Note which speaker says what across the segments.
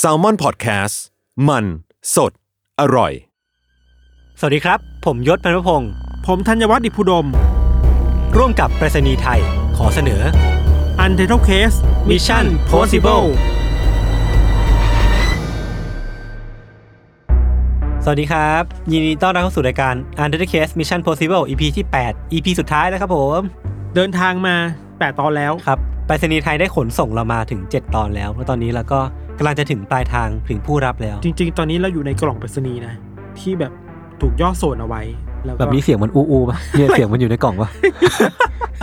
Speaker 1: s a l ม o n PODCAST มันสดอร่อย
Speaker 2: สวัสดีครับ ผมยศพันพพงศ์
Speaker 3: ผมธัญวัฒน์อิพุดม
Speaker 2: ร่วมกับไปรษณีย์ไทย ขอเสนอ
Speaker 3: u n t i t l e Case
Speaker 2: Mission Possible สวัสดีครับ ยินดีต้อนรับเข้าสู่รายการ Under the Case Mission Possible EP ที่ 8 EP สุดท้ายแล้วครับผม
Speaker 3: เดินทางมา 8 ตอนแล้ว
Speaker 2: ครับไปรษณีย์ไทยได้ขนส่งเรามาถึง 7 ตอนแล้ว แล้วตอนนี้เราก็กำลังจะถึงปลายทางถึงผู้รับแล้ว
Speaker 3: จริง ๆ ตอนนี้เราอยู่ในกล่องไปรษณีย์นะ ที่แบบถูกย่อโซนเอาไว้ แล้วก็
Speaker 2: แบบนี้เสียงมันอูอูป่ะเนี่ยเสียงมันอยู่ในกล่องป่ะ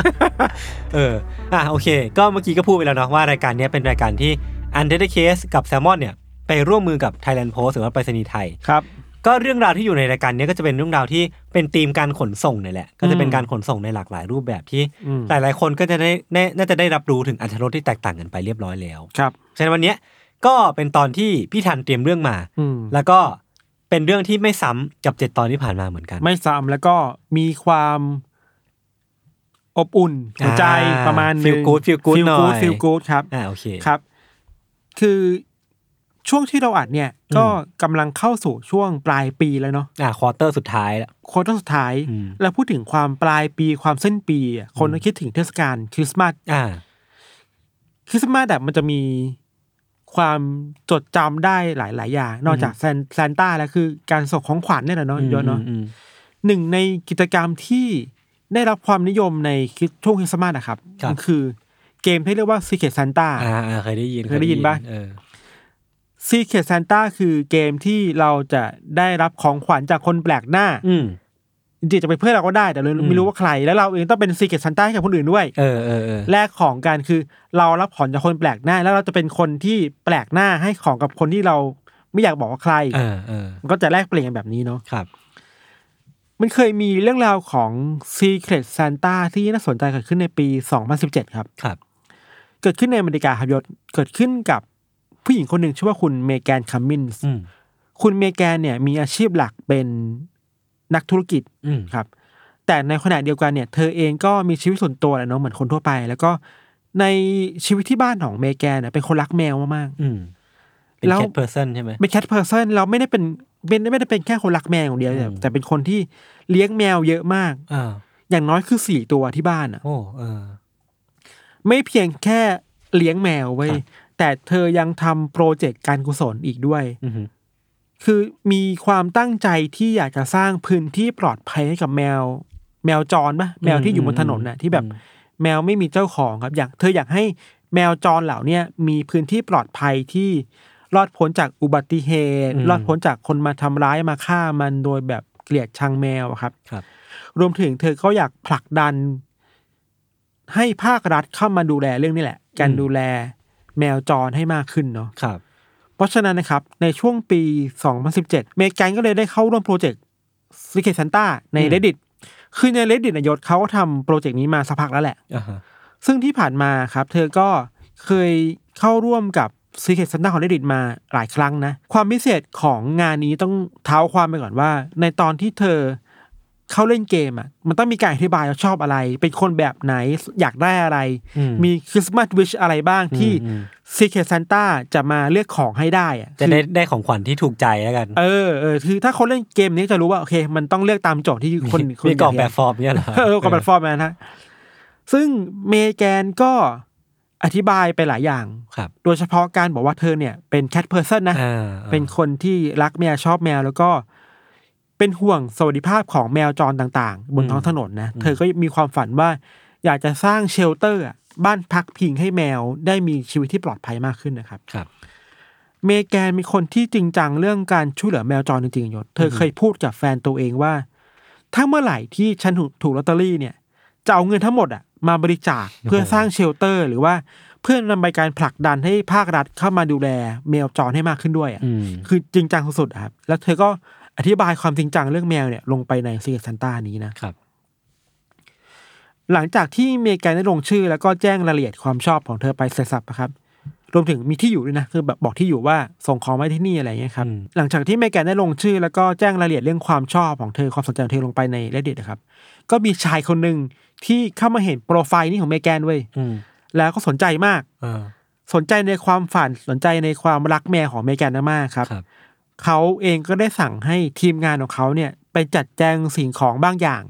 Speaker 2: เออ อ่ะโอเค ก็เมื่อกี้ก็พูดไปแล้วเนาะว่ารายการเนี้ยเป็นรายการที่ Under the Case กับ Salmon เนี่ย ไปร่วมมือกับ Thailand Post หรือว่าไปรษณีย์ไทย
Speaker 3: ครับ
Speaker 2: ก็เรื่องราวที่อยู่ในรายการเนี้ยก็จะเป็นเรื่องราวที่เป็นธีมการขนส่งเนี่ยแหละ ก็จะเป็นการขนส่งในหลากหลายรูปแบบที่
Speaker 3: อืม
Speaker 2: หลายๆคนก็จะได้แน่น่าจะได้รับรู้ถึงอัธรสที่แตกต่างกันไปเรียบร้อยแล้ว
Speaker 3: ครับ
Speaker 2: ฉะนั้นวันเนี้ยก็เป็นตอนที่พี่ทันเตรียมเรื่องมา
Speaker 3: อืม
Speaker 2: แล้วก็เป็นเรื่องที่ไม่ซ้ำกับเจ็ดตอนที่ผ่านมาเหมือนกัน
Speaker 3: ไม่ซ้ำแล้วก็มีความอบอุ่นหัวใจ
Speaker 2: อ่า
Speaker 3: ประมาณหนึง
Speaker 2: feel good feel good
Speaker 3: ฟิล
Speaker 2: หน่
Speaker 3: กู
Speaker 2: อ
Speaker 3: ด
Speaker 2: ย
Speaker 3: ฟิลกูดครับ
Speaker 2: อ่าโอเค
Speaker 3: ครับ คือช่วงที่เราอัดเนี่ย
Speaker 2: อืม
Speaker 3: ก็กำลังเข้าสู่ช่วงปลายปีแล้วเนาะ
Speaker 2: อ่าควอเตอร์สุดท้ายแล้ว
Speaker 3: โค้ดสุดท้าย
Speaker 2: อืม
Speaker 3: แล้วพูดถึงความปลายปีความสิ้นปีอะคนก็คิดถึงเทศกาลคริสต์มาส
Speaker 2: อ่า
Speaker 3: คริสต์มาสแบบมันจะมีความจดจำได้หลาย ๆ อย่าง นอกจากแซนแซนต้าแล้วคือการส่งของขวัญเนี่ยแหละเนาะเยอะเนาะ
Speaker 2: อืม
Speaker 3: หนึ่งในกิจกรรมที่ได้รับความนิยมในคริสช่วงคริสต์มาสนะครับ
Speaker 2: ครับ
Speaker 3: มันคือเกมที่เรียกว่า Secret Santa
Speaker 2: อืมอืมอ่าอ่าเคยได้ยิน
Speaker 3: เคยได้ยินปะ
Speaker 2: เออ
Speaker 3: Secret Santa คือเกมที่เราจะได้รับของขวัญจากคนแปลกหน้า
Speaker 2: อืม
Speaker 3: จริงๆจะเป็นเพื่อนเราก็ได้แต่เรา
Speaker 2: อืม
Speaker 3: ไม่รู้ว่าใคร แล้วเราเองต้องเป็น Secret Santa ให้กับคนอื่นด้วย
Speaker 2: เออเออเออ
Speaker 3: แลกของกันคือเรารับของจากคนแปลกหน้า แล้วเราจะเป็นคนที่แปลกหน้าให้ของกับคนที่เราไม่อยากบอกว่าใคร
Speaker 2: เออเออ
Speaker 3: มันก็จะแลกเปลี่ยนกันแบบนี้เนาะ
Speaker 2: ครับ
Speaker 3: มันเคยมีเรื่องราวของ Secret Santa ที่น่าสนใจเกิดขึ้นในปี 2017 ครับ
Speaker 2: ครับ
Speaker 3: เกิดขึ้นในอเมริกาครับยศเกิดขึ้นกับผู้หญิงคนหนึ่งชื่อว่าคุณเมแกนคัมมินส์
Speaker 2: อืม
Speaker 3: คุณเมแกนเนี่ยมีอาชีพหลักเป็นนักธุรกิจ
Speaker 2: อืม
Speaker 3: ครับแต่ในขณะเดียวกันเนี่ย เธอเองก็มีชีวิตส่วนตัวแหละเนาะเหมือนคนทั่วไป แล้วก็ในชีวิตที่บ้านของเมแกนเนี่ยเป็นคนรักแมวมาก
Speaker 2: อืมเป็น
Speaker 3: แล้ว
Speaker 2: แคทเพอร์เซนใช่ไหม
Speaker 3: ๆเป็นแคทเพอร์เซนเราไม่ได้เป็นเป็นไม่ได้เป็นแค่คนรักแมวอย่างเดียวแต่แต่เป็นคนที่เลี้ยงแมวเยอะมาก
Speaker 2: อ่า
Speaker 3: อย่างน้อยคือสี่ตัวที่บ้านอ่ะ
Speaker 2: โอ้เออ
Speaker 3: ไม่เพียงแค่เลี้ยงแมวเว้ย
Speaker 2: ครับ
Speaker 3: แต่เธอยังทำโปรเจกต์การกุศลอีกด้วย
Speaker 2: อืมฮึ
Speaker 3: คือมีความตั้งใจที่อยากจะสร้างพื้นที่ปลอดภัยให้กับแมว แมวจรปะแมวที่อยู่บนถนนน่ะที่แบบ แมวไม่มีเจ้าของครับอยากเธออยากให้แมวจรเหล่าเนี้ยมีพื้นที่ปลอดภัยที่รอดพ้นจากอุบัติเหตุ รอดพ้นจากคนมาทำร้ายมาฆ่ามันโดยแบบเกลียดชังแมวอะครับ
Speaker 2: ครับ
Speaker 3: รวมถึงเธอก็อยากผลักดัน ให้ภาครัฐเข้ามาดูแลเรื่องนี้แหละ การ
Speaker 2: อืม
Speaker 3: ดูแลแมวจรให้มากขึ้นเนาะ
Speaker 2: ครับ
Speaker 3: เพราะฉะนั้นนะครับ ในช่วงปี 2017 เมแกันก็เลยได้เข้าร่วมโปรเจกต์ Secret Santa ใน reddit คือใน reddit นายศเขาก็ทำโปรเจกต์นี้มาสักพักแล้วแหละ
Speaker 2: อ่าฮะ
Speaker 3: ซึ่งที่ผ่านมาครับ เธอก็เคยเข้าร่วมกับ Secret Santa ของ Reddit มาหลายครั้งนะ ความพิเศษของงานนี้ต้องเท้าความไปก่อนว่า ในตอนที่เธอเข้าเล่นเกมอ่ะมันต้องมีการอธิบายว่าชอบอะไร เป็นคนแบบไหนอยากได้อะไร
Speaker 2: อื
Speaker 3: มีคริสต์มาสวิชอะไรบ้างที่
Speaker 2: อืม
Speaker 3: Secret Santa จะมาเลือกของให้ได้อ่ะ
Speaker 2: จะได้ได้ของขวัญที่ถูกใจแล้วกัน
Speaker 3: เออเออคือถ้าคนเล่นเกมนี้จะรู้ว่าโอเค มันต้องเลือกตามโจทย์ที่คน
Speaker 2: มี
Speaker 3: คน
Speaker 2: มีกล่อง
Speaker 3: ยาเห็น
Speaker 2: แบบฟอร์มเนี่ยเหรอ
Speaker 3: เออกล่องแบบฟอร์มนะฮะซึ่งเมแกนก็อธิบายไปหลายอย่าง
Speaker 2: ครับ
Speaker 3: โดยเฉพาะการบอกว่าเธอเนี่ยเป็นแคทเพอร์เซนนะ
Speaker 2: อ่า
Speaker 3: เป็นคนที่รักแมวชอบแมว แล้วก็เป็นห่วงสวัสดิภาพของแมวจรต่างๆ บนท้องถนนนะ เธอก็มีความฝันว่า อยากจะสร้างเชลเตอร์อะบ้านพักพิงให้แมวได้มีชีวิตที่ปลอดภัยมากขึ้นนะครับ
Speaker 2: ครับ
Speaker 3: เมแกนเป็นคนที่จริงจังเรื่องการช่วยเหลือแมวจรจริงๆยศเธอเคยพูดกับแฟนตัวเองว่า ถ้าเมื่อไหร่ที่ฉันถูกถูกลอตเตอรี่เนี่ย จะเอาเงินทั้งหมดอะมาบริจาคเพื่อสร้างเชลเตอร์ หรือว่าเพื่อนำไปการผลักดันให้ภาครัฐเข้ามาดูแลแมวจรให้มากขึ้นด้วยอะ
Speaker 2: อืม
Speaker 3: คือจริงจังสุดๆอะครับ แล้วเธอก็อธิบายความจริงจังเรื่องแมวเนี่ยลงไปในซีเกตซันต้านี้นะ
Speaker 2: ครับ
Speaker 3: หลังจากที่เมแกนได้ลงชื่อ แล้วก็แจ้งรายละเอียดความชอบของเธอไปเสร็จสับนะครับ รวมถึงมีที่อยู่ด้วยนะ คือแบบบอกที่อยู่ว่าส่งของไว้ที่นี่อะไรอย่างเงี้ยครับ หลังจากที่เมแกนได้ลงชื่อ แล้วก็แจ้งรายละเอียดเรื่องความชอบของเธอความสนใจของเธอลงไปใน reddit นะครับ ก็มีชายคนหนึ่งที่เข้ามาเห็นโปรไฟล์นี้ของเมแกนเว้ย
Speaker 2: อืม
Speaker 3: แล้วก็สนใจมาก
Speaker 2: อ่า
Speaker 3: สนใจในความฝันสนใจในความรักแมวของเมแกนมากๆครับ
Speaker 2: ครับ
Speaker 3: เขาเองก็ได้สั่งให้ทีมงานของเขาเนี่ยไปจัดแจงสิ่งของบางอย่าง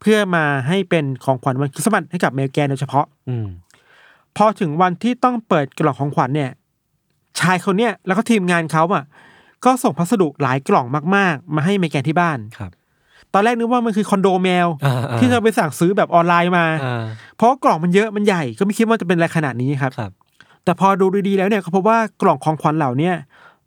Speaker 3: เพื่อมาให้เป็นของขวัญวันคริสต์มาสให้กับเมแกนโดยเฉพาะ
Speaker 2: อืม
Speaker 3: พอถึงวันที่ต้องเปิดกล่องของขวัญเนี่ย ชายคนเนี้ยแล้วก็ทีมงานเขาอ่ะ ก็ส่งพัสดุหลายกล่องมากๆ มาให้เมแกนที่บ้าน
Speaker 2: ครับ
Speaker 3: ตอนแรกนึกว่ามันคือคอนโดแมว
Speaker 2: อ่าๆ
Speaker 3: ที่เธอไปสั่งซื้อแบบออนไลน์มา
Speaker 2: อ่า
Speaker 3: เพราะกล่องมันเยอะมันใหญ่ก็ไม่คิดว่าจะเป็นอะไรขนาดนี้ครับ
Speaker 2: ครับ
Speaker 3: แต่พอดูดีๆแล้วเนี่ยเขาพบว่ากล่องของขวัญเหล่าเนี้ย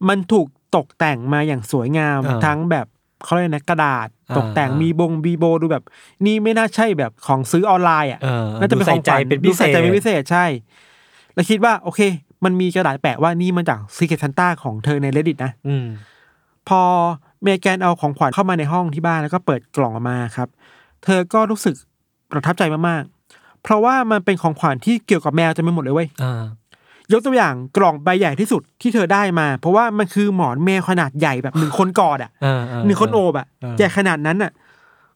Speaker 3: มันถูกตกแต่งมาอย่างสวยงาม
Speaker 2: า
Speaker 3: ทั้งแบบเขาเรียกนะกระดาษ
Speaker 2: อ่า
Speaker 3: ตกแต่งมีบงบีโบดูแบบ นี่ไม่น่าใช่แบบของซื้อออนไลน์อ่ะ
Speaker 2: เออ
Speaker 3: น่าจะเป็
Speaker 2: ดู
Speaker 3: นข
Speaker 2: ใส่
Speaker 3: องข
Speaker 2: ใจ
Speaker 3: วัญ
Speaker 2: เป็น
Speaker 3: ดู
Speaker 2: พิเศ
Speaker 3: ใส่
Speaker 2: ษ
Speaker 3: ใจเป็นพิเศษใช่ แล้วคิดว่าโอเค มันมีกระดาษแปะว่านี่มาจากซีเกตซันต้าของเธอใน reddit นะ
Speaker 2: อืม
Speaker 3: พอเมแกนเอาของขวัญเข้ามาในห้องที่บ้านแล้วก็เปิดกล่องออกมาครับ เธอก็รู้สึกประทับใจมากๆ เพราะว่ามันเป็นของขวัญที่เกี่ยวกับแมวจะไม่หมดเลยเว้ย
Speaker 2: อ่าย
Speaker 3: กตัวอย่างกล่องใบใหญ่ที่สุดที่เธอได้มา เพราะว่ามันคือหมอนแมวขนาดใหญ่แบบหนึ่งคนกอดอ่ะ
Speaker 2: อ่าๆ
Speaker 3: หนึ่งคนโอบอ่ะ
Speaker 2: เออ
Speaker 3: ใหญ่ขนาดนั้นอ่ะ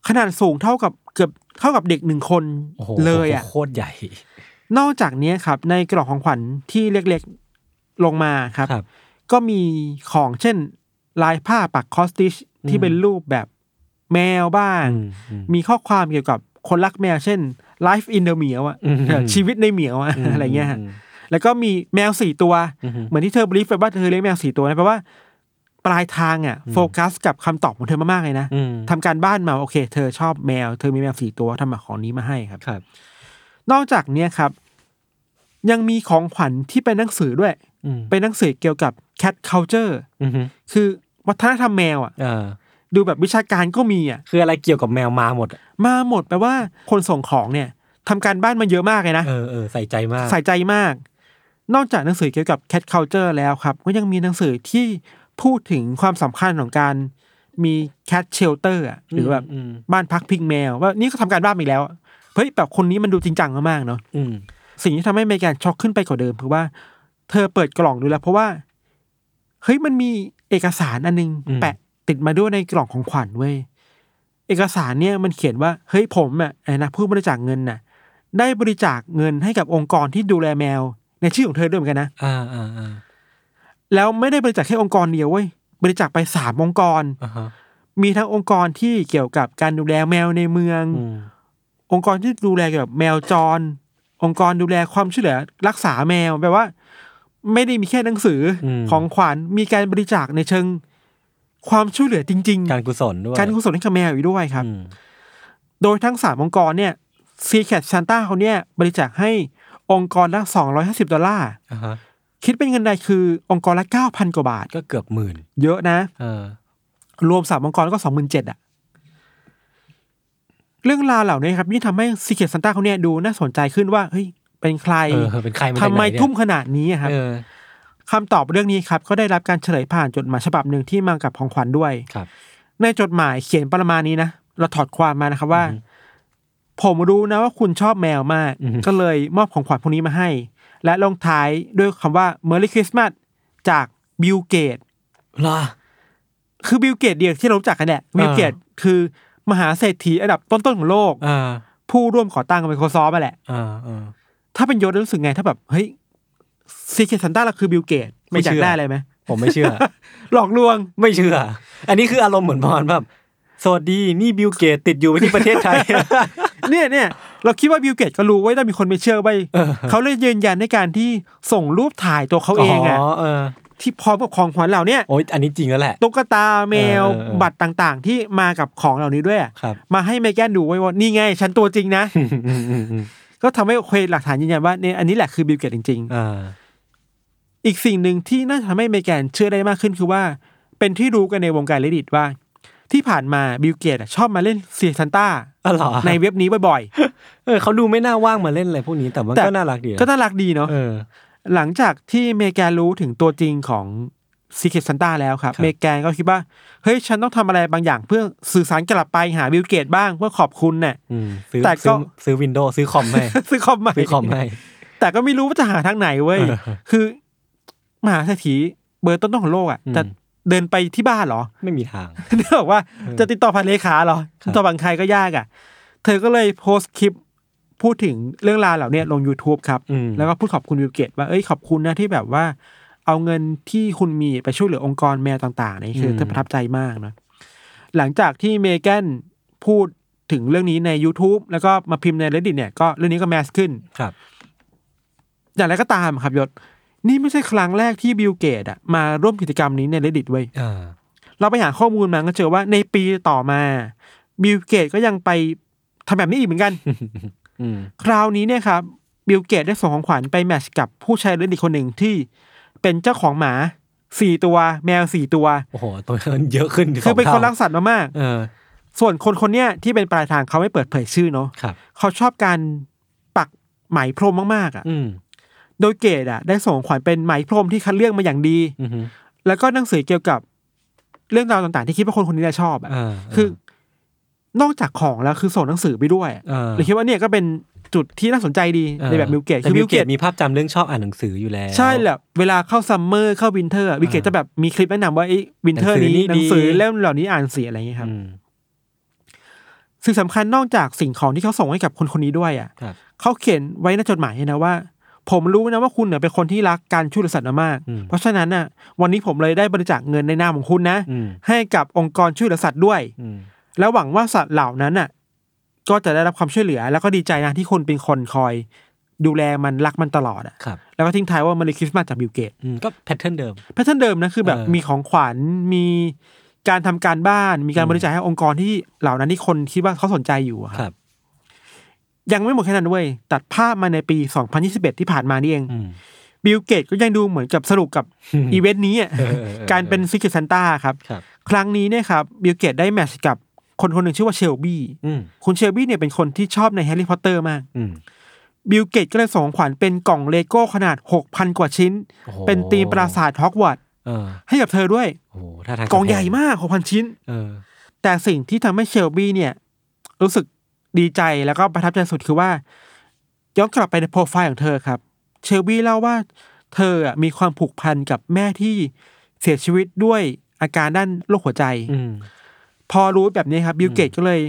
Speaker 3: ขนาดสูงเท่ากับเกือบเท่ากับเด็กหนึ่งคน
Speaker 2: โอ้โห
Speaker 3: เลยอ่ะ
Speaker 2: โคตรใหญ่
Speaker 3: นอกจากเนี้ยครับ ในกล่องของขวัญที่เล็กๆลงมาครับ
Speaker 2: ครับ
Speaker 3: ก็มีของเช่น ลายผ้าปักคอสติชที่
Speaker 2: อืม
Speaker 3: เป็นรูปแบบแมวบ้าง
Speaker 2: อืมๆ
Speaker 3: มีข้อความเกี่ยวกับคนรักแมว เช่น life in the เหมียวอ่ะ
Speaker 2: อืม
Speaker 3: ชีวิตในเหมียวอะอะไรเงี้ยฮะแล้วก็มีแมวสี่ตัว
Speaker 2: อืม
Speaker 3: เหมือนที่เธอบลิฟไปว่าเธอเลี้ยงแมวสี่ตัวนะแปลว่า ปลายทางอ่ะโฟกัสกับคำตอบของเธอมากๆเลยนะ
Speaker 2: อืม
Speaker 3: ทำการบ้านมาโอเค เธอชอบแมว เธอมีแมวสี่ตัวทำมาของนี้มาให้ครับ
Speaker 2: ครับ
Speaker 3: นอกจากเนี้ยครับ ยังมีของขวัญที่เป็นหนังสือด้วย
Speaker 2: อืม
Speaker 3: เป็นหนังสือเกี่ยวกับ cat culture
Speaker 2: อืม
Speaker 3: คือวัฒนธรรมแมวอ่ะ
Speaker 2: เออ
Speaker 3: ดูแบบวิชาการก็มีอ่ะ
Speaker 2: คืออะไรเกี่ยวกับแมวมาหมดอะ
Speaker 3: มาหมดแปลว่าคนส่งของเนี่ยทำการบ้านมาเยอะมากเลยนะ
Speaker 2: เออเออใส่ใจมาก
Speaker 3: ใส่ใจมาก นอกจากหนังสือเกี่ยวกับ cat culture แล้วครับ ก็ยังมีหนังสือที่พูดถึงความสำคัญของการมี cat shelter อะหรือแบบ
Speaker 2: ม
Speaker 3: บ้านพักพิงแมว ว่านี่ก็ทำการบ้านอีกแล้วอะเฮ้ยแบบคนนี้มันดูจริงจังมากๆเนาะ
Speaker 2: อืม
Speaker 3: สิ่งที่ทำให้เมแกนช็อกขึ้นไปกว่าเดิมคือว่า เธอเปิดกล่องดูแล้วเพราะว่า เฮ้ยมันมีเอกสารอันนึง แปะติดมาด้วยในกล่องของขวัญเว้ยเอกสารเนี่ยมันเขียนว่าเฮ้ยผมอ่ะไอ้นะผู้บริจาคเงินน่ะ ได้บริจาคเงินให้กับองค์กรที่ดูแลแมว ในชื่อของเธอด้วยเหมือนกันนะ
Speaker 2: อ่าอ่าอ่า
Speaker 3: แล้วไม่ได้บริจาคแค่องค์กรเดียวเว้ยบริจาคไปสามองค์กร
Speaker 2: อ่าฮะ
Speaker 3: มีทั้งองค์กรที่เกี่ยวกับการดูแลแมวในเมือง
Speaker 2: อืม
Speaker 3: องค์กรที่ดูแลเกี่ยวกับแมวจร องค์กรดูแลความช่วยเหลือรักษาแมวแปลว่า ไม่ได้มีแค่หนังสืออของขวัญมีการบริจาคในเชิง ความช่วยเหลือจริง
Speaker 2: การกุศลด้วย
Speaker 3: ๆ การกุศลให้กับแมวอยู่ด้วยครับ
Speaker 2: อืม
Speaker 3: โดยทั้งสามองค์กรเนี่ยซีแคทซานต้าเขาเนี่ย บริจาคให้องค์กรละสองร้อยห้าสิบดอลลาร์
Speaker 2: อ่าฮะ
Speaker 3: คิดเป็นเงินใดคือองค์กรละเก้าพันกว่าบาท
Speaker 2: ก็เกือบหมื่น
Speaker 3: เยอะนะ
Speaker 2: เออ
Speaker 3: รวมสามองค์กรก็สองหมื่นเจ็ดอะเรื่องราวเหล่านี้ครับนี่งทำให้ซีเ r e ตซันต้าเขาเนี่ยดูน่าสนใจขึ้นว่าเฮ้ยเป็นใคร
Speaker 2: เออเป็นใครมาจาก
Speaker 3: ทำ
Speaker 2: ไหน
Speaker 3: ไม
Speaker 2: เนี่ย
Speaker 3: ทุ่มขนาดนี้อะครับ
Speaker 2: เออ
Speaker 3: คำตอบเรื่องนี้ครับ ก็ได้รับการเฉลยผ่านจดหมายฉบับหนึ่งที่มากับของขวัญด้วย
Speaker 2: ครับ
Speaker 3: ในจดหมายเขียนประมาณนี้นะ เราถอดความมานะครับว่า ผมรู้นะว่าคุณชอบแมวมาก
Speaker 2: อือฮึ
Speaker 3: ก็เลยมอบของขวัญพวกนี้มาให้ และลงท้ายด้วยคำว่า Merry Christmas จากบิลเกต
Speaker 2: เหรอ
Speaker 3: คือบิลเกตเดียวที่เรารู้จักกันแหละบิลเกตคือมหาเศรษฐีอันดับต้น ๆ ของโลก
Speaker 2: อ่า
Speaker 3: ผู้ร่วมก่อตั้ง Microsoft มาแหละ
Speaker 2: อ่าอ่า
Speaker 3: ถ้าเป็นยศแล้วรู้สึกไง ถ้าแบบ เฮ้ยซีเคสันต้าเราคือบิลเกต
Speaker 2: ไม่
Speaker 3: อยา
Speaker 2: เชื่
Speaker 3: ก
Speaker 2: อ
Speaker 3: ได้อะไรไหม
Speaker 2: ผมไม่เชื่อ
Speaker 3: หลอกลวง
Speaker 2: ไม่เชื่อ อันนี้คืออารมณ์เหมือนประมาณแบบสวัสดีนี่บิลเกตติดอยู่ไว้ที่ประเทศไทย
Speaker 3: เนี่ยเนี่ยเราคิดว่าบิลเกตก็รู้ไว้ยแต่มีคนไม่เชื่อไว้ย
Speaker 2: เออ
Speaker 3: เขาเลยยืนยันในการที่ส่งรูปถ่ายตัว เขาเองอะ
Speaker 2: อ๋อเออ
Speaker 3: ที่พร้อมกับของขวัญเหล่าเนี้ย
Speaker 2: โอ้ยอันนี้จริงแล้วแหละ
Speaker 3: ตุ๊กตาแมว
Speaker 2: เออเออเออ
Speaker 3: บัตรต่างๆ ที่มากับของเหล่านี้ด้วยอะ
Speaker 2: ครับ
Speaker 3: มาให้เมแกนดูไว้ว่านี่ไงฉันตัวจริงนะ
Speaker 2: อืมอืมอืมอืม
Speaker 3: ก็ทำให้เคยหลักฐานยืนยันว่าเนี่ยอันนี้แหละคือบิลเกตจริง ๆ
Speaker 2: อ่า
Speaker 3: อีกสิ่งหนึ่งที่น่าจะทำให้เมแกนเชื่อได้มากขึ้นคือว่า เป็นที่รู้กันในวงการเลดิตว่า ที่ผ่านมาบิลเกตอะชอบมาเล่นเซียซันต้า
Speaker 2: อ๋อเหรอ
Speaker 3: ในเว็บนี้บ่อย
Speaker 2: เออเขาดูไม่น่าว่างมาเล่นอะไรพวกนี้แต่มันก็น่ารักดี
Speaker 3: ๆ
Speaker 2: นะ
Speaker 3: ก็น่ารักดีเนาะ
Speaker 2: เออ
Speaker 3: หลังจากที่เมแกนรู้ถึงตัวจริงของซีเค r ซันต้าแล้วครับ
Speaker 2: ครับ
Speaker 3: เมแกนก็คิดว่า เฮ้ย ฉันต้องทำอะไรบางอย่างเพื่อสื่อสารกลับไปหาบิลเกตบ้างเพื่อขอบคุณน่ะ
Speaker 2: อืมซื้อ
Speaker 3: แต่ก็
Speaker 2: ซื้อซื้อวินโดว์ซื้อคอมให้
Speaker 3: ซื้อคอมใหม่
Speaker 2: ซื้อคอมให้
Speaker 3: แต่ก็ไม่รู้ว่าจะหาทางไหนเว้ย
Speaker 2: เออ
Speaker 3: คือมหาเศรษฐีเบอร์ต้นๆของโลกอ่ะ
Speaker 2: อืม
Speaker 3: จะเดินไปที่บ้านเหรอ
Speaker 2: ไม่มีทาง
Speaker 3: เธอบอกว่าจะติดต่อผ่านเลขาเหรอ
Speaker 2: ครับ
Speaker 3: ต่อบังใครก็ยากอ่ะ เธอก็เลยโพสต์คลิป พูดถึงเรื่องราวเหล่าเนี้ยลง YouTube ครับ
Speaker 2: อืม
Speaker 3: แล้วก็พูดขอบคุณวิวเกตว่าเอ้ยขอบคุณนะที่แบบว่า เอาเงินที่คุณมีไปช่วยเหลือองค์กรแมวต่างๆนี่คือ
Speaker 2: ม
Speaker 3: เธอประทับใจมากเนอะหลังจากที่เมแกนพูดถึงเรื่องนี้ใน YouTube แล้วก็มาพิมพ์ใน reddit เนี่ยก็เรื่องนี้ก็แมสขึ้น
Speaker 2: ครับ
Speaker 3: อย่างไรก็ตามครับยศ นี่ไม่ใช่ครั้งแรกที่บิลเกตอะมาร่วมกิจกรรมนี้ใน reddit เว้ย
Speaker 2: อ่า
Speaker 3: เราไปหาข้อมูลมาก็เจอว่าในปีต่อมาบิลเกตก็ยังไปทำแบบนี้อีกเหมือนกัน
Speaker 2: อืม
Speaker 3: คราวนี้เนี่ยครับบิลเกตได้ส่งของขวัญไปแมทช์กับผู้ใช้ reddit คนหนึ่งที่เป็นเจ้าของหมาสี่ตัว แมวสี่ตัว
Speaker 2: โอ้โห ตัวมันเยอะขึ้นถึงส
Speaker 3: คื
Speaker 2: อง
Speaker 3: อเป็นคนรัก
Speaker 2: ท่า
Speaker 3: สัตว์มามาก
Speaker 2: เออ
Speaker 3: ส่วนคนคนเนี้ยที่เป็นปลายทางเขาไม่เปิดเผยชื่อเนาะ
Speaker 2: ครับ
Speaker 3: เขาชอบการปักไหมพรมมากๆอ่ะ
Speaker 2: อืม
Speaker 3: โดยเกตอ่ะ ได้ส่งของขวัญเป็นไหมพรมที่คัดเลือกมาอย่างดี
Speaker 2: อือฮึ
Speaker 3: แล้วก็หนังสือเกี่ยวกับเรื่องราวต่างๆ ที่คิดว่าคนคนนี้จะชอบอะ
Speaker 2: อ่า
Speaker 3: คือนอกจากของแล้วคือส่งหนังสือไปด้วยอะ
Speaker 2: อ่า
Speaker 3: เลยคิดว่าเนี่ยก็เป็นจุดที่น่าสนใจดีในแบบมิวเกต
Speaker 2: แต่
Speaker 3: คือ
Speaker 2: บิ
Speaker 3: มิ
Speaker 2: ล
Speaker 3: ว
Speaker 2: เก
Speaker 3: เก
Speaker 2: ต
Speaker 3: ต
Speaker 2: มีภาพจำเรื่องชอบอ่านหนังสืออยู่แล้ว
Speaker 3: ใช่แหละเวลาเข้าซัมเมอร์เข้าวินเทอร์วิเกตจะแบบมีคลิปแนะนำว่าไอ้วินเทอร์
Speaker 2: หนังสือนี่
Speaker 3: นี้หนังสือ
Speaker 2: ดี
Speaker 3: เล่มเหล่านี้อ่านเสียอะไรอย่างเงี้ยครับ
Speaker 2: อืม
Speaker 3: สิ่งสำคัญนอกจากสิ่งของที่เขาส่งให้กับคนคนนี้ด้วยอ่ะ
Speaker 2: ครับ
Speaker 3: เขาเขียนไว้ในจดหมายเนี่ยนะว่า ผมรู้นะว่าคุณเนี่ยเป็นคนที่รักการช่วยเหลือสัตว์มามาก
Speaker 2: อืม
Speaker 3: เพราะฉะนั้นน่ะ วันนี้ผมเลยได้บริจาคเงินในนามของคุณนะ
Speaker 2: อืม
Speaker 3: ให้กับองค์กรช่วยเหลือสัตว์ด้วย
Speaker 2: อืม
Speaker 3: แล้วหวังว่าสัตว์เหล่านั้นน่ะ ก็จะได้รับความช่วยเหลือ แล้วก็ดีใจนะที่คุณเป็นคนคอย ดูแลมันรักมันตลอดอ่ะ
Speaker 2: ครับ
Speaker 3: แล้วก็ทิ้งท้ายว่ามันเลยคริสต์มาสจากบิลเกต
Speaker 2: อืมก็แพทเทิร์นเดิม
Speaker 3: แพทเทิร์นเดิมนะคือแบบ
Speaker 2: เออ
Speaker 3: มีของขวัญมีการทำการบ้าน มีการบริจาคให้องค์กรที่เหล่านั้นที่คนคิดว่าเขาสนใจอยู่อะครับ
Speaker 2: ครับ
Speaker 3: ยังไม่หมดแค่นั้นเว้ย ตัดภาพมาในปี 2021 ที่ผ่านมานี่เอง
Speaker 2: อืม
Speaker 3: บิลเกตก็ยังดูเหมือนกับสรุปกับ อีเวนต์นี้อะ
Speaker 2: เออเออเออ
Speaker 3: การเป็นซิกเกตซันต้าครับ
Speaker 2: ครับ
Speaker 3: ครั้งนี้เนี่ยครับบิลเกตได้แมทช์กับคนคนหนึ่งชื่อว่าเชลบี้
Speaker 2: อืม
Speaker 3: คุณเชลบี้เนี่ยเป็นคนที่ชอบในแฮร์รี่พอตเตอร์มาก
Speaker 2: อืม
Speaker 3: บิลเกตก็เลยส่งของขวัญเป็นกล่องเลโก้ขนาด 6,000 กว่าชิ้น
Speaker 2: โอ้โห
Speaker 3: เป็นตีมปราสาทฮอกวอตส์
Speaker 2: เออ
Speaker 3: ให้กับเธอด้วย
Speaker 2: โอ้โหท่าทาง
Speaker 3: กล่องใหญ่มาก 6,000 ชิ้น
Speaker 2: เออ
Speaker 3: แต่สิ่งที่ทำให้เชลบี้เนี่ย รู้สึกดีใจแล้วก็ประทับใจสุดคือว่าย้อนกลับไปในโปรไฟล์ของเธอครับ เชลบี้เล่าว่าเธออะมีความผูกพันกับแม่ที่เสียชีวิตด้วยอาการด้านโรคหัวใจ
Speaker 2: อืม
Speaker 3: พอรู้แบบนี้ครับบิลเกตก็เลย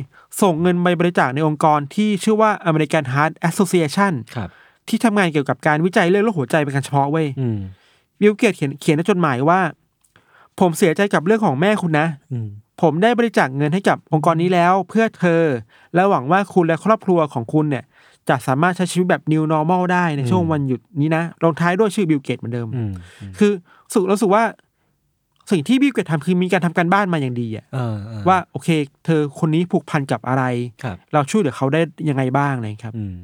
Speaker 3: ส่งเงินไปบริจาคในองค์กรที่ชื่อว่า American Heart Association
Speaker 2: ครับ
Speaker 3: ที่ทำงานเกี่ยวกับการวิจัยเรื่องโรคหัวใจเป็นการเฉพาะเว้ย
Speaker 2: อืม
Speaker 3: บิลเกตเขียนเขียนในจดหมายว่า ผมเสียใจกับเรื่องของแม่คุณนะ
Speaker 2: อืม
Speaker 3: ผมได้บริจาคเงินให้กับองค์กรนี้แล้วเพื่อเธอ และหวังว่าคุณและครอบครัวของคุณเนี่ย จะสามารถใช้ชีวิตแบบ new normal ได้ในช่วงวันหยุดนี้นะลงท้ายด้วยชื่อบิลเกตเหมือนเดิม
Speaker 2: อืม
Speaker 3: คือสุรู้สึกว่าสิ่งที่บิลเกตทำคือมีการทำการบ้านมาอย่างดีอะ
Speaker 2: เออเออ
Speaker 3: ว่าโอเค เธอคนนี้ผูกพันกับอะไร
Speaker 2: ครับ
Speaker 3: เราช่วยเหลือเขาได้ยังไงบ้างอะไรครับ
Speaker 2: อืม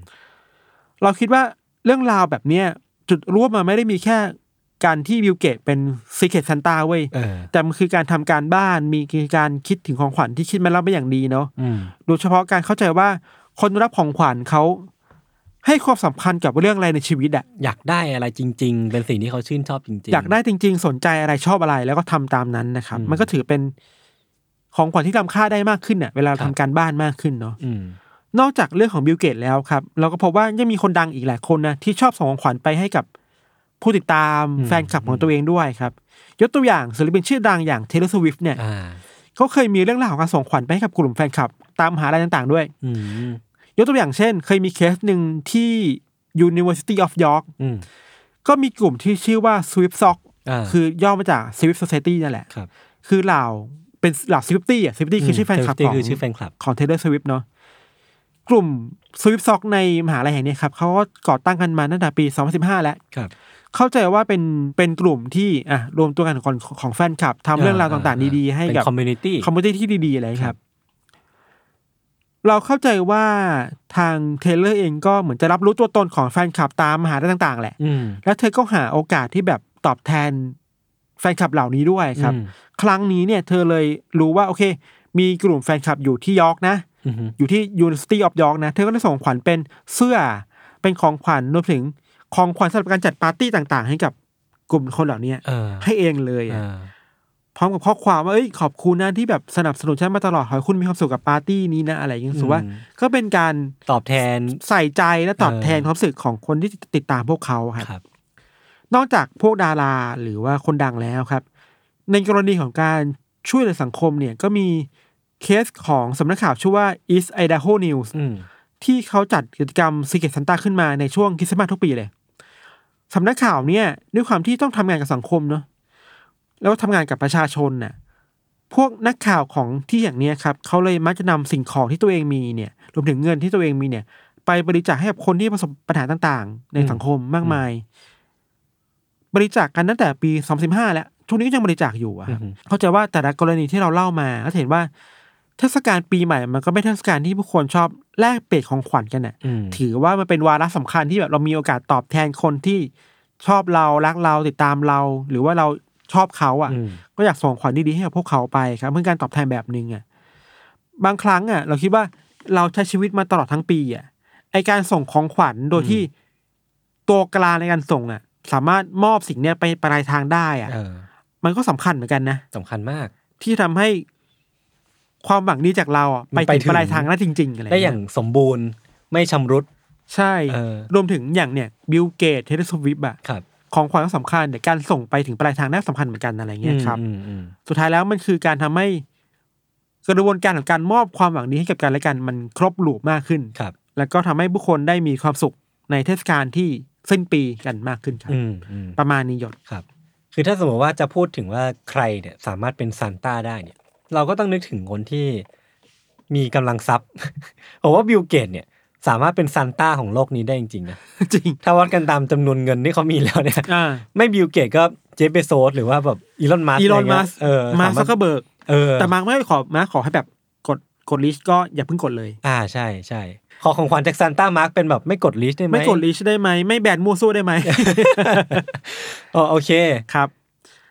Speaker 3: เราคิดว่าเรื่องราวแบบเนี้ยจุดร่วมมันไม่ได้มีแค่การที่บิลเกตเป็นซีเคทซันตาเว้ย
Speaker 2: เออ
Speaker 3: แต่มันคือการทำการบ้านมีการคิดถึงของขวัญที่คิดมาแล้วไม่อย่างดีเนาะ
Speaker 2: อืม
Speaker 3: โดยเฉพาะการเข้าใจว่าคนรับของขวัญเขาให้ความสำคัญกับเรื่องอะไรในชีวิตอะ
Speaker 2: อยากได้อะไรจริง ๆ เป็นสิ่งที่เขาชื่นชอบจริงๆ
Speaker 3: อยากได้จริง ๆ สนใจอะไรชอบอะไรแล้วก็ทำตามนั้นนะครับ
Speaker 2: อืม
Speaker 3: มันก็ถือเป็นของขวัญที่ล้ำค่าได้มากขึ้นเน่ะเวลาเรา
Speaker 2: ครับ
Speaker 3: ทำการบ้านมากขึ้นเนาะ
Speaker 2: อืม
Speaker 3: นอกจากเรื่องของบิลเกตแล้วครับ เราก็พบว่ายังมีคนดังอีกหลายคนนะที่ชอบส่งของขวัญไปให้กับผู้ติดตาม
Speaker 2: อืม
Speaker 3: แฟนคลับของตัวเองด้วยครับยกตัวอย่างศิลปินชื่อดังอย่างเทเลสวิฟเนี่ย
Speaker 2: อ่า
Speaker 3: เขาเคยมีเรื่องราวของการส่งขวัญไปให้กับกลุ่มแฟนคลับ ตามมหาลัยต่างๆด้วย
Speaker 2: อืม
Speaker 3: ยกตัวอย่างเช่น เคยมีเคสหนึ่งที่ University of York
Speaker 2: อืม
Speaker 3: ก็มีกลุ่มที่ชื่อว่า Swift Sock
Speaker 2: อ่า
Speaker 3: คือย่อมาจาก Swift Society นั่นแหละ
Speaker 2: ครับ
Speaker 3: คือเหล่าเป็นเหล่า Swifty อ่ะ Swifty คือชื่อแฟนคลับ
Speaker 2: ที่
Speaker 3: ของ
Speaker 2: คือชื่อแฟนคลับ
Speaker 3: ของ Taylor Swift เนาะกลุ่ม Swift Sock ในมหาลัยแห่งเนี้ยครับเขาก็ก่อตั้งกันมาตั้งแต่ปี 2015 แล้ว
Speaker 2: ครับ
Speaker 3: เข้าใจว่าเป็นเป็นกลุ่มที่อ่ะรวมตัวกันของของแฟนคลับทำเรื่องราวต่างๆ ดีๆให้กับ
Speaker 2: คอมมูนิตี้
Speaker 3: คอมมูนิตี้ที่ดี ๆ อะไรครับ เราเข้าใจว่าทางเทเลอร์เองก็เหมือนจะรับรู้ตัวตนของแฟนคลับตามมหาลัยต่าง ๆ แหละ
Speaker 2: อืม
Speaker 3: แล้วเธอก็หาโอกาสที่แบบตอบแทนแฟนคลับเหล่านี้ด้วยครับ
Speaker 2: อืม
Speaker 3: ครั้งนี้เนี่ย เธอเลยรู้ว่า โอเค มีกลุ่มแฟนคลับอยู่ที่ยอร์กนะ
Speaker 2: อืมฮึ
Speaker 3: อยู่ที่ University of York นะ เธอก็ได้ส่งของขวัญเป็นเสื้อ เป็นของขวัญรวมถึงของขวัญสำหรับการจัดปาร์ตี้ต่าง ๆ ให้กับกลุ่มคนเหล่านี้
Speaker 2: เออ
Speaker 3: ให้เองเลยอะ
Speaker 2: อ่า
Speaker 3: พร้อมกับข้อความว่าเอ้ยขอบคุณนะที่แบบสนับสนุนฉันมาตลอดขอให้คุณมีความสุขกับปาร์ตี้นี้นะอะไรอย่างเงี้ยรู้สึกว่า
Speaker 2: อืม
Speaker 3: ก็เป็นการ
Speaker 2: ตอบแทน
Speaker 3: ใส่ใจและตอบ
Speaker 2: เออ
Speaker 3: แทนความรู้สึกของคนที่ติดตามพวกเขาครับ
Speaker 2: ครับ
Speaker 3: นอกจากพวกดาราหรือว่าคนดังแล้วครับ ในกรณีของการช่วยเหลือสังคมเนี่ยก็มีเคสของสำนักข่าวชื่อว่า East Idaho News
Speaker 2: อืม
Speaker 3: ที่เขาจัดกิจกรรมซีเกตซันตาขึ้นมาในช่วงคริสต์มาสทุกปีเลยสำนักข่าวเนี่ย ด้วยความที่ต้องทำงานกับสังคมเนาะแล้วก็ทำงานกับประชาชนน่ะ พวกนักข่าวของที่อย่างเนี้ยครับเขาเลยมักจะนำสิ่งของที่ตัวเองมีเนี่ยรวมถึงเงินที่ตัวเองมีเนี่ย ไปบริจาคให้กับคนที่ประสบปัญหาต่างๆ ในสังคมมากมาย บริจาคกันตั้งแต่ปี 2015 แล้วทุกนี้ก็ยังบริจาคอยู่อะครับ
Speaker 2: อือหือ
Speaker 3: เข้าใจว่าแต่ละกรณีที่เราเล่ามาก็จะเห็นว่า เทศกาลปีใหม่มันก็ไม่ใช่เทศกาลที่ผู้คนชอบแลกเปลี่ยนของขวัญกันน่ะ
Speaker 2: อืม
Speaker 3: ถือว่ามันเป็นวาระสำคัญที่แบบเรามีโอกาสตอบแทนคนที่ชอบเรารักเราติดตามเรา หรือว่าเราชอบเขาอ่ะ
Speaker 2: อืม
Speaker 3: ก็อยากส่งขวัญดีๆให้กับพวกเขาไปครับเพื่อการตอบแทนแบบหนึ่งอ่ะบางครั้งอ่ะ เราคิดว่าเราใช้ชีวิตมาตลอดทั้งปีอ่ะไอการส่งของขวัญโดยที่ตัวกลางในการส่งอ่ะ สามารถมอบสิ่งเนี้ยไปปลายทางได้อ่ะ
Speaker 2: เออ
Speaker 3: มันก็สำคัญเหมือนกันนะ
Speaker 2: สำคัญมาก
Speaker 3: ที่ทำให้ความหวังดีจากเราอ่ะ
Speaker 2: มั
Speaker 3: ไป
Speaker 2: นไป
Speaker 3: ถึง
Speaker 2: ถึง
Speaker 3: ปลายทางนั้นจริงๆอะไร
Speaker 2: ได้อย่าง
Speaker 3: เงี้
Speaker 2: สมบูรณ์ไม่ชำรุด
Speaker 3: ยใช่
Speaker 2: เออ
Speaker 3: รวมถึงอย่างเนี่ยบิลเกตเทเลสวิปอ่ะ
Speaker 2: ครับ
Speaker 3: ของขวัญก็สำคัญแต่การส่งไปถึงปลายทางน่าสำคัญเหมือนกันอะไรเงี้ยครับ
Speaker 2: อืมอืม
Speaker 3: สุดท้ายแล้วมันคือการทำให้กระบวนการของการมอบความหวังดีให้กับกันและกันมันครบลูปมากขึ้น
Speaker 2: ครับ
Speaker 3: แล้วก็ทำให้ผู้คนได้มีความสุขในเทศกาลที่สิ้นปีกันมากขึ้นครับ
Speaker 2: อืมอืม
Speaker 3: ประมาณนี้หยด
Speaker 2: ครับ คือถ้าสมมติว่าจะพูดถึงว่าใครเนี่ยสามารถเป็นซานต้าได้เนี่ย เราก็ต้องนึกถึงคนที่มีกำลังทรัพย์ ผมว่าบิลเกตเนี่ย สามารถเป็นซานต้าของโลกนี้ได้จริงๆนะ
Speaker 3: จริง
Speaker 2: ถ้าวัดกันตามจำนวนเงินที่เขามีแล้วเนี่ย
Speaker 3: อ่า
Speaker 2: ไม่บิลเกตก็เจฟเบโซสหรือว่าแบบอีลอนมัส
Speaker 3: อีลอนมัส
Speaker 2: เออ
Speaker 3: มา
Speaker 2: ส
Speaker 3: ซักเกอร์เบิร์ก
Speaker 2: เออ
Speaker 3: แต่มาร์คไม่ขอมาร์คขอให้แบบกดกดลิชก็อย่าเพิ่งกดเลย
Speaker 2: อ่าใช่ใช่ขอของขวัญจากซานต้ามาร์กเป็นแบบไม่กดลิสต์ได้ไหม
Speaker 3: ไม่กดลิชได้ไหมไม่แบนมั่วซั่วได้ไหม
Speaker 2: อ๋อโอเค
Speaker 3: ครับ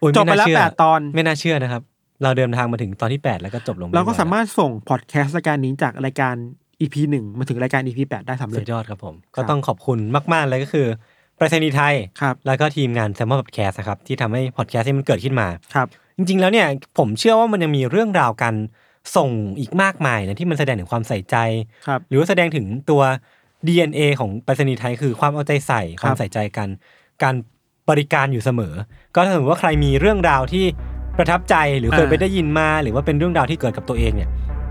Speaker 2: อุ๊ย
Speaker 3: จบไป
Speaker 2: ม่
Speaker 3: แล้
Speaker 2: น่าว เชื่อ
Speaker 3: แปดตอน
Speaker 2: ไม่น่าเชื่อนะครับ เราเดินทางมาถึงตอนที่แปดแล้วก็จบลง
Speaker 3: เราก็
Speaker 2: ยบอย
Speaker 3: สา
Speaker 2: แล้ว
Speaker 3: มารถส่งพอดแคสต์รายการนี้จากรายการ EP หนึ่งมาถึงรายการ EP แปดได้สำ
Speaker 2: สุ
Speaker 3: เร็จ
Speaker 2: ดยอดครับผม
Speaker 3: ครับ
Speaker 2: ก็ต้องขอบคุณมาก ๆ เลยก็คือไปรษณีย์ไทย
Speaker 3: ครับ
Speaker 2: แล้วก็ทีมงานแซมมอนพอดแคสต์นะครับ ที่ทำให้พอดแคสต์ที่มันเกิดขึ้นมา
Speaker 3: ครับ
Speaker 2: จริง ๆ แล้วเนี่ย ผมเชื่อว่ามันยังมีเรื่องราวการส่งอีกมากมายนะที่มันแสดงถึงความใส่ใจ
Speaker 3: ครับ
Speaker 2: หรือว่าแสดงถึงตัว DNA ของไปรษณีย์ไทยคือความเอาใจใส่
Speaker 3: ค
Speaker 2: ครับ วามใส่ใจกัน การบริการอยู่เสมอ ก็ถ้าสมมติว่าใครมีเรื่องราวที่ประทับใจหรือเคยไปได้ยินมา หรือว่าเป็นเรื่องราวที่เกิดกับตัวเองเนี่ย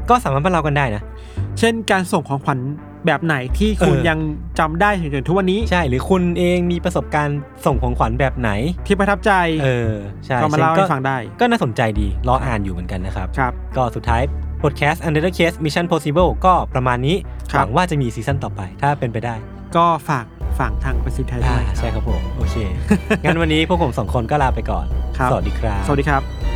Speaker 2: ก็สามารถมาเล่ากันได้นะ
Speaker 3: เช่นการส่งของขวัญแบบไหนที่คุณ
Speaker 2: เออ
Speaker 3: ยังจำได้ถึงจนทุกวันนี้
Speaker 2: ใช่หรือคุณเองมีประสบการณ์ส่งของขวัญแบบไหน
Speaker 3: ที่ประทับใจ
Speaker 2: เออ ใช่
Speaker 3: ก็มา
Speaker 2: ซึ่
Speaker 3: เล่าให้ฟัง
Speaker 2: ก็
Speaker 3: ได้
Speaker 2: ก็น่าสนใจดี รออ่านอยู่เหมือนกันนะครับ
Speaker 3: ครับ
Speaker 2: ก็สุดท้าย podcast under the case mission possible ก็ประมาณนี้
Speaker 3: ค
Speaker 2: ห
Speaker 3: รับ
Speaker 2: วังว่าจะมีซีซั่นต่อไป ถ้าเป็นไปได้
Speaker 3: ก็ฝากฝากทางประสิทธิ์ไทยด้
Speaker 2: อ่า
Speaker 3: วย
Speaker 2: ใช่ครับผม โอเค งั้นวันนี้พวกผมสองคนก็ลาไปก่อน
Speaker 3: ครับ
Speaker 2: สวัสดีครับ
Speaker 3: สวัสดีครับ
Speaker 2: ครับ